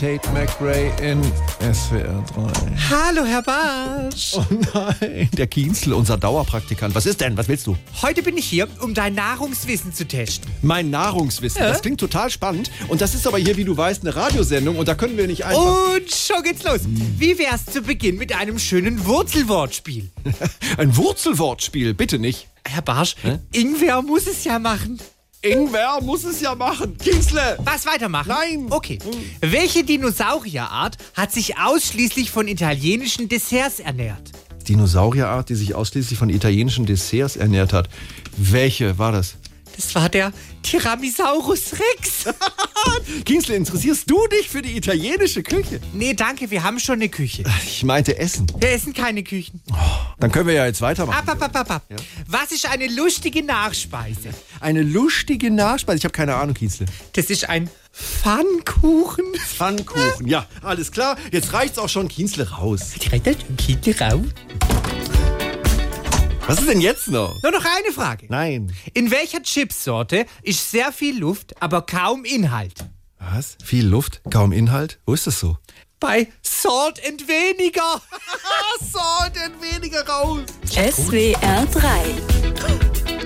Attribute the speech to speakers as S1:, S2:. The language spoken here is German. S1: Tate McRae in SWR 3.
S2: Hallo, Herr Bartsch.
S1: Oh nein, der Kienzl, unser Dauerpraktikant. Was ist denn? Was willst du?
S2: Heute bin ich hier, um dein Nahrungswissen zu testen.
S1: Mein Nahrungswissen. Das klingt total spannend. Und das ist aber hier, wie du weißt, eine Radiosendung und da können wir nicht einfach.
S2: Und schon geht's los. Wie wär's zu Beginn mit einem schönen Wurzelwortspiel?
S1: Ein Wurzelwortspiel, bitte nicht.
S2: Herr Barsch, Ingwer muss es ja machen.
S1: Ingwer muss es ja machen. Kienzle!
S2: Was weitermachen?
S1: Nein.
S2: Okay. Welche Dinosaurierart hat sich ausschließlich von italienischen Desserts ernährt?
S1: Dinosaurierart, die sich ausschließlich von italienischen Desserts ernährt hat. Welche war das?
S2: Das war der Tyrannosaurus Rex.
S1: Ah, Kienzle, interessierst du dich für die italienische Küche?
S2: nee, danke, wir haben schon eine Küche.
S1: Ich meinte Essen.
S2: Wir essen keine Küchen.
S1: Dann können wir ja jetzt weitermachen.
S2: Ab, ab, ab, ab, ab. Was ist eine lustige Nachspeise?
S1: Eine lustige Nachspeise. Ich habe keine Ahnung, Kienzle.
S2: Das ist ein Pfannkuchen.
S1: Pfannkuchen. Ja, alles klar. Jetzt reicht's auch schon. Kienzle raus.
S2: Direkt aus dem Kinderraum.
S1: Was ist denn jetzt noch?
S2: Nur noch eine Frage.
S1: Nein.
S2: In welcher Chipsorte ist sehr viel Luft, aber kaum Inhalt?
S1: Was? Viel Luft, kaum Inhalt? Wo ist das so?
S2: Bei Salt and weniger.
S1: Ah, so, denn weniger raus.
S3: SWR 3